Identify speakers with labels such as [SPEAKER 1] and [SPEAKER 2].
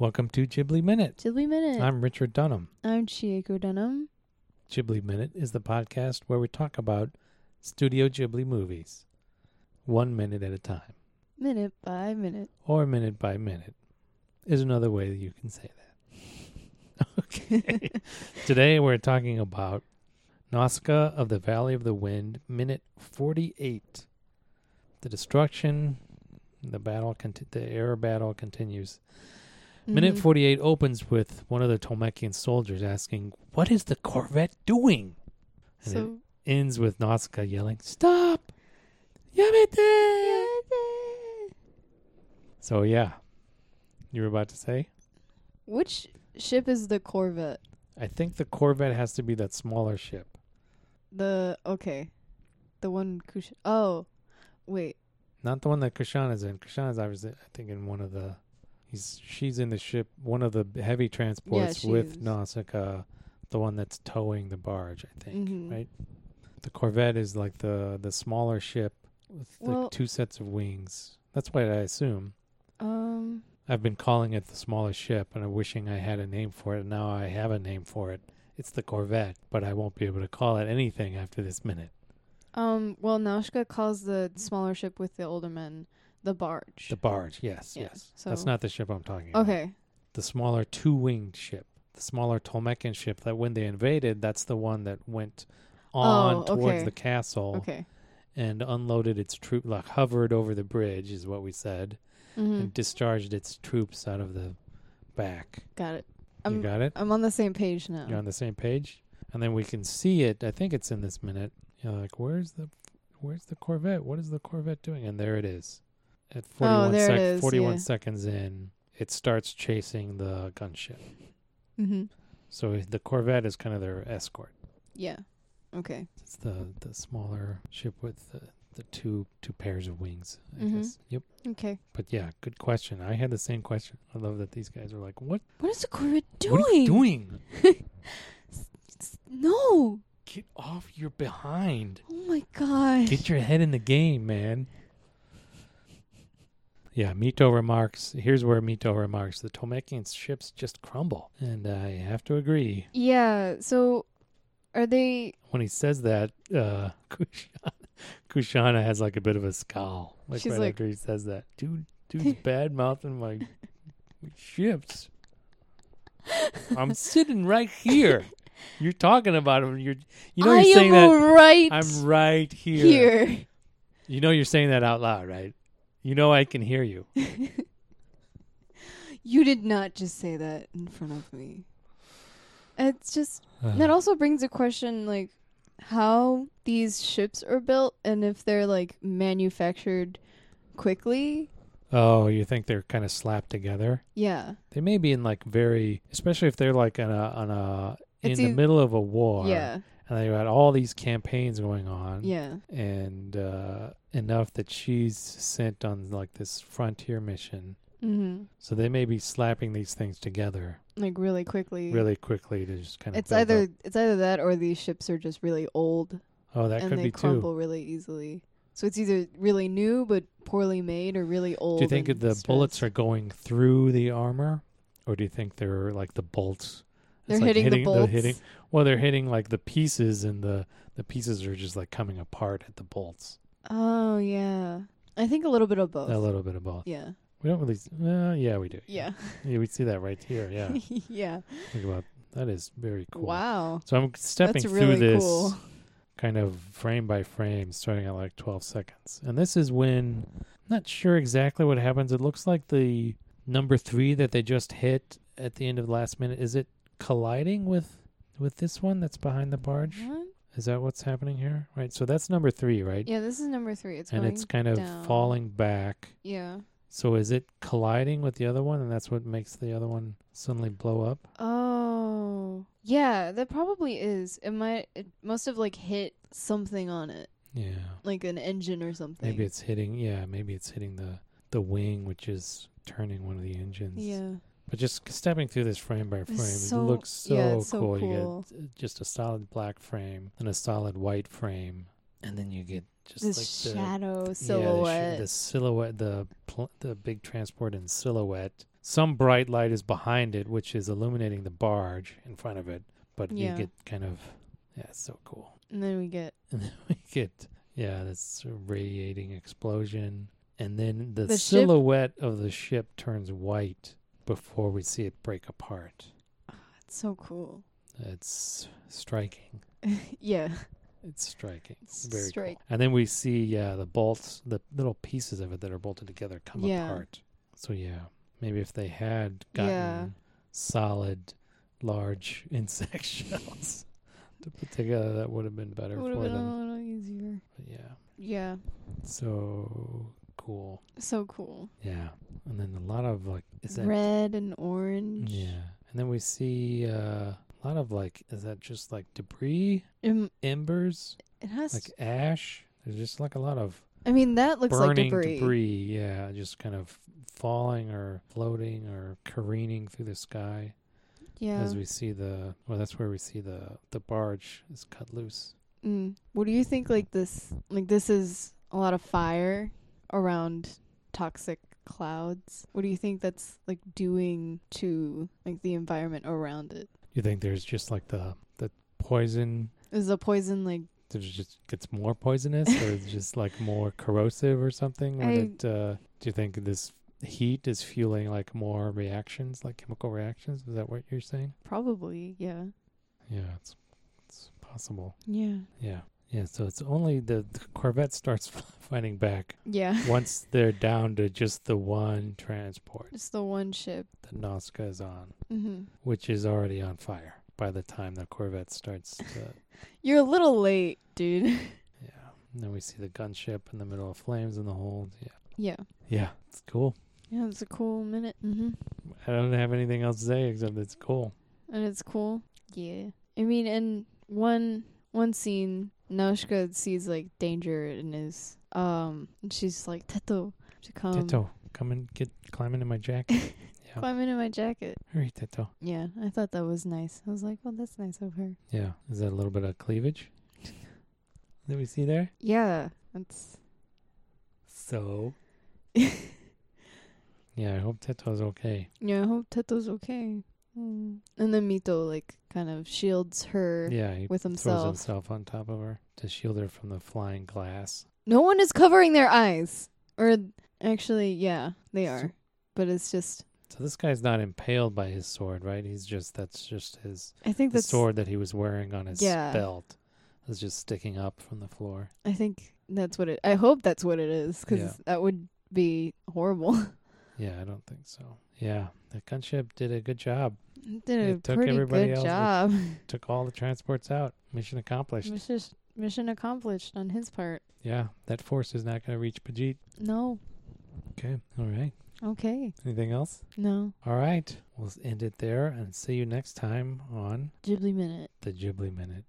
[SPEAKER 1] Welcome to Ghibli Minute.
[SPEAKER 2] Ghibli Minute.
[SPEAKER 1] I'm Richard Dunham.
[SPEAKER 2] I'm Chieko Dunham.
[SPEAKER 1] Ghibli Minute is the podcast where we talk about Studio Ghibli movies, one minute at a time,
[SPEAKER 2] Minute by minute.
[SPEAKER 1] or minute by minute, is another way that you can say that. Okay. Today we're talking about Nausicaa of the Valley of the Wind, minute 48. The destruction, the battle, conti- the air battle continues. Minute
[SPEAKER 2] Mhm.
[SPEAKER 1] 48 opens with one of the Tolmekian soldiers asking, What is the Corvette doing? And it
[SPEAKER 2] So,
[SPEAKER 1] ends with Nausicaa yelling, Stop! Yamete! So, yeah. You were about to say?
[SPEAKER 2] which ship is the Corvette?
[SPEAKER 1] I think the Corvette has to be that smaller ship.
[SPEAKER 2] The okay, the one Kush. Oh, wait.
[SPEAKER 1] Not the one that Krishan is in. Krishan is obviously, I think, in one of the. He's she's in the ship, one of the heavy transports
[SPEAKER 2] she
[SPEAKER 1] with
[SPEAKER 2] is.
[SPEAKER 1] Nausicaa, the one that's towing the barge, I think.
[SPEAKER 2] Mhm.
[SPEAKER 1] Right? The Corvette is like the the smaller ship with
[SPEAKER 2] Well-
[SPEAKER 1] like two sets of wings. That's what I assume.
[SPEAKER 2] Um,
[SPEAKER 1] I've been calling it the smaller ship, and I'm wishing I had a name for it. And now I have a name for it. It's the Corvette, but I won't be able to call it anything after this minute.
[SPEAKER 2] um. Well, Naushka calls the smaller ship with the older men the barge.
[SPEAKER 1] The barge, yes,
[SPEAKER 2] Yeah,
[SPEAKER 1] yes. That's
[SPEAKER 2] so-
[SPEAKER 1] not the ship I'm talking about.
[SPEAKER 2] okay.
[SPEAKER 1] the smaller two winged ship, the smaller Tolmecan ship that when they invaded, that's the one that went on
[SPEAKER 2] Oh,
[SPEAKER 1] towards
[SPEAKER 2] okay.
[SPEAKER 1] the castle
[SPEAKER 2] Okay.
[SPEAKER 1] and unloaded its troop, like hovered over the bridge, is what we said,
[SPEAKER 2] hmm
[SPEAKER 1] and discharged its troops out of the back.
[SPEAKER 2] Got it.
[SPEAKER 1] you
[SPEAKER 2] I'm
[SPEAKER 1] got it?
[SPEAKER 2] I'm on the same page now.
[SPEAKER 1] You're on the same page? And then we can see it. I think it's in this minute. You're like, where's the. Where's the Corvette? What is the Corvette doing? And there it is. At 41,
[SPEAKER 2] Oh, there it
[SPEAKER 1] sec-
[SPEAKER 2] is,
[SPEAKER 1] 41
[SPEAKER 2] yeah.
[SPEAKER 1] seconds in, it starts chasing the gunship.
[SPEAKER 2] mm-hmm.
[SPEAKER 1] So the Corvette is kind of their escort.
[SPEAKER 2] Yeah. Okay.
[SPEAKER 1] It's the the smaller ship with the, the two two pairs of wings. I
[SPEAKER 2] Mhm.
[SPEAKER 1] guess. Yep.
[SPEAKER 2] Okay.
[SPEAKER 1] But yeah, good question. I had the same question. I love that these guys are like, "What?
[SPEAKER 2] What is the Corvette doing?
[SPEAKER 1] What are you doing?
[SPEAKER 2] No.
[SPEAKER 1] Get off your behind.
[SPEAKER 2] Oh my god.
[SPEAKER 1] Get your head in the game, man." Yeah, Mito remarks. Here's where Mito remarks: the Tolmekian ships just crumble, and I have to agree.
[SPEAKER 2] Yeah. So, are they?
[SPEAKER 1] when he says that, uh, Kushana, Kushana has like a bit of a scowl. Like
[SPEAKER 2] She's
[SPEAKER 1] right
[SPEAKER 2] like-
[SPEAKER 1] after he says that, dude, dude's bad mouthing my ships. I'm sitting right here. You're talking about him. You're, you know,
[SPEAKER 2] I
[SPEAKER 1] you're saying
[SPEAKER 2] am
[SPEAKER 1] that.
[SPEAKER 2] right.
[SPEAKER 1] I'm right here.
[SPEAKER 2] here.
[SPEAKER 1] You know, you're saying that out loud, right? You know, I can hear you.
[SPEAKER 2] You did not just say that in front of me. It's just
[SPEAKER 1] Uh,
[SPEAKER 2] that also brings a question like how these ships are built and if they're like manufactured quickly.
[SPEAKER 1] oh, you think they're kind of slapped together?
[SPEAKER 2] Yeah.
[SPEAKER 1] They may be in like very, especially if they're like on a on a in
[SPEAKER 2] It's
[SPEAKER 1] the
[SPEAKER 2] eith-
[SPEAKER 1] middle of a war.
[SPEAKER 2] yeah.
[SPEAKER 1] and they got all these campaigns going on
[SPEAKER 2] Yeah.
[SPEAKER 1] and uh, enough that she's sent on like this frontier mission
[SPEAKER 2] Mhm.
[SPEAKER 1] so they may be slapping these things together
[SPEAKER 2] Like really quickly.
[SPEAKER 1] really quickly to just kind of
[SPEAKER 2] It's either it's either that or these ships are just really old
[SPEAKER 1] oh that
[SPEAKER 2] and
[SPEAKER 1] could
[SPEAKER 2] they
[SPEAKER 1] be
[SPEAKER 2] crumble
[SPEAKER 1] too
[SPEAKER 2] really easily. So it's either really new but poorly made or really old.
[SPEAKER 1] do you think
[SPEAKER 2] and
[SPEAKER 1] the bullets are
[SPEAKER 2] stressed.
[SPEAKER 1] going through the armor or do you think they're like the bolts It's
[SPEAKER 2] They're
[SPEAKER 1] like
[SPEAKER 2] hitting, the
[SPEAKER 1] they're
[SPEAKER 2] bolts.
[SPEAKER 1] hitting well they're hitting like the pieces and the the pieces are just like coming apart at the bolts
[SPEAKER 2] Oh yeah, I think a little bit of both.
[SPEAKER 1] a little bit of both
[SPEAKER 2] Yeah,
[SPEAKER 1] we don't really s- uh, yeah we do
[SPEAKER 2] yeah,
[SPEAKER 1] yeah we see that right here yeah
[SPEAKER 2] yeah.
[SPEAKER 1] Think about that is very cool.
[SPEAKER 2] Wow,
[SPEAKER 1] So I'm stepping
[SPEAKER 2] that's
[SPEAKER 1] through
[SPEAKER 2] really
[SPEAKER 1] this
[SPEAKER 2] cool.
[SPEAKER 1] kind of frame by frame, starting at like 12 seconds. And this is when not sure exactly what happens. It looks like the number three that they just hit at the end of the last minute is it colliding with with this one that's behind the barge?
[SPEAKER 2] What?
[SPEAKER 1] Is that what's happening here? Right. So that's number three, right?
[SPEAKER 2] Yeah, this is number three. It's
[SPEAKER 1] and
[SPEAKER 2] going.
[SPEAKER 1] it's kind of
[SPEAKER 2] down.
[SPEAKER 1] falling back.
[SPEAKER 2] yeah.
[SPEAKER 1] So is it colliding with the other one, and that's what makes the other one suddenly blow up?
[SPEAKER 2] Oh, yeah. That probably is. It might. It must have like hit something on it,
[SPEAKER 1] Yeah.
[SPEAKER 2] like an engine or something.
[SPEAKER 1] Maybe it's hitting. Yeah, maybe it's hitting the the wing, which is turning one of the engines.
[SPEAKER 2] Yeah.
[SPEAKER 1] But just stepping through this frame by frame,
[SPEAKER 2] so-
[SPEAKER 1] it looks so
[SPEAKER 2] yeah,
[SPEAKER 1] cool.
[SPEAKER 2] it's so cool.
[SPEAKER 1] You get uh, just a solid black frame and a solid white frame, and then you get just
[SPEAKER 2] This
[SPEAKER 1] like the
[SPEAKER 2] shadow
[SPEAKER 1] yeah, the sh-
[SPEAKER 2] silhouette.
[SPEAKER 1] the, silhouette, the pl- the big transport in silhouette. Some bright light is behind it, which is illuminating the barge in front of it. But
[SPEAKER 2] Yeah.
[SPEAKER 1] you get kind of, yeah, it's so cool.
[SPEAKER 2] And then we get
[SPEAKER 1] And then we get, yeah, this radiating explosion. And then the,
[SPEAKER 2] The ship-
[SPEAKER 1] silhouette of the ship turns white before we see it break apart.
[SPEAKER 2] it's so cool.
[SPEAKER 1] It's striking.
[SPEAKER 2] Yeah.
[SPEAKER 1] It's striking. It's
[SPEAKER 2] It's
[SPEAKER 1] very cool.
[SPEAKER 2] strike-
[SPEAKER 1] And then we see, yeah, the bolts, the little pieces of it that are bolted together come
[SPEAKER 2] Yeah.
[SPEAKER 1] apart. So yeah, maybe if they had gotten
[SPEAKER 2] Yeah.
[SPEAKER 1] solid, large insect shells to put together, that would have been better
[SPEAKER 2] It would have
[SPEAKER 1] for
[SPEAKER 2] been
[SPEAKER 1] them.
[SPEAKER 2] a little easier.
[SPEAKER 1] But yeah,
[SPEAKER 2] Yeah.
[SPEAKER 1] so cool.
[SPEAKER 2] So cool.
[SPEAKER 1] Yeah, and then a lot of like, is that
[SPEAKER 2] Red and orange.
[SPEAKER 1] yeah? And then we see uh, a lot of like, is that just like debris,
[SPEAKER 2] Um,
[SPEAKER 1] embers,
[SPEAKER 2] it has.
[SPEAKER 1] like ash? There's just like a lot of
[SPEAKER 2] I mean, that looks like
[SPEAKER 1] burning
[SPEAKER 2] debris.
[SPEAKER 1] yeah, just kind of falling or floating or careening through the sky
[SPEAKER 2] Yeah.
[SPEAKER 1] as we see the. Well, that's where we see the the barge is cut loose.
[SPEAKER 2] Mm. What do you think? Like this, like this is a lot of fire around toxic clouds. What do you think that's like doing to like the environment around it?
[SPEAKER 1] You think there's just like the the poison.
[SPEAKER 2] Is the poison like?
[SPEAKER 1] There's just gets more poisonous, or it's just like more corrosive, or something. Or
[SPEAKER 2] I-
[SPEAKER 1] that, uh, do you think this heat is fueling like more reactions, like chemical reactions? Is that what you're saying?
[SPEAKER 2] Probably, yeah.
[SPEAKER 1] Yeah, it's it's possible.
[SPEAKER 2] Yeah.
[SPEAKER 1] Yeah, yeah. So it's only the, the Corvette starts fighting back
[SPEAKER 2] Yeah.
[SPEAKER 1] once they're down to just the one transport
[SPEAKER 2] It's the one ship.
[SPEAKER 1] that Nazca is on,
[SPEAKER 2] hmm
[SPEAKER 1] which is already on fire by the time the Corvette starts to.
[SPEAKER 2] You're a little late, dude.
[SPEAKER 1] yeah. And then we see the gunship in the middle of flames in the hold. Yeah.
[SPEAKER 2] yeah.
[SPEAKER 1] Yeah. It's cool.
[SPEAKER 2] Yeah, it's a cool minute. hmm
[SPEAKER 1] I don't have anything else to say except it's cool.
[SPEAKER 2] And it's cool. Yeah. I mean, in one one scene, Naushka sees like danger and is um, and she's like Teto to come
[SPEAKER 1] Teto, come and get climb into my jacket. Yeah.
[SPEAKER 2] climb into my jacket.
[SPEAKER 1] Hurry, Teto.
[SPEAKER 2] Yeah, I thought that was nice. I was like, well, that's nice of her.
[SPEAKER 1] Yeah. Is that a little bit of cleavage that we see there?
[SPEAKER 2] Yeah, that's
[SPEAKER 1] So. yeah, I hope Teto's okay.
[SPEAKER 2] yeah. I hope Teto's okay. Mm. And then Mito like kind of shields her
[SPEAKER 1] Yeah, he
[SPEAKER 2] with
[SPEAKER 1] throws
[SPEAKER 2] himself.
[SPEAKER 1] himself on top of her to shield her from the flying glass.
[SPEAKER 2] No one is covering their eyes. Or actually, yeah, they are. But it's just
[SPEAKER 1] So this guy's not impaled by his sword, right? He's just that's just his
[SPEAKER 2] I think
[SPEAKER 1] the
[SPEAKER 2] that's
[SPEAKER 1] sword that he was wearing on his
[SPEAKER 2] Yeah.
[SPEAKER 1] belt is just sticking up from the floor.
[SPEAKER 2] I think that's what it I hope that's what it is cuz
[SPEAKER 1] Yeah.
[SPEAKER 2] that would be horrible.
[SPEAKER 1] Yeah, I don't think so. Yeah, the gunship did a good job.
[SPEAKER 2] It Did a
[SPEAKER 1] It took
[SPEAKER 2] pretty
[SPEAKER 1] everybody
[SPEAKER 2] good
[SPEAKER 1] else with-
[SPEAKER 2] job.
[SPEAKER 1] Took all the transports out. Mission accomplished.
[SPEAKER 2] Mission, mission accomplished on his part.
[SPEAKER 1] Yeah, that force is not going to reach Pajit.
[SPEAKER 2] No.
[SPEAKER 1] Okay. All right.
[SPEAKER 2] Okay.
[SPEAKER 1] Anything else?
[SPEAKER 2] No.
[SPEAKER 1] All right. We'll end it there and see you next time on
[SPEAKER 2] Ghibli minute.
[SPEAKER 1] the Ghibli Minute.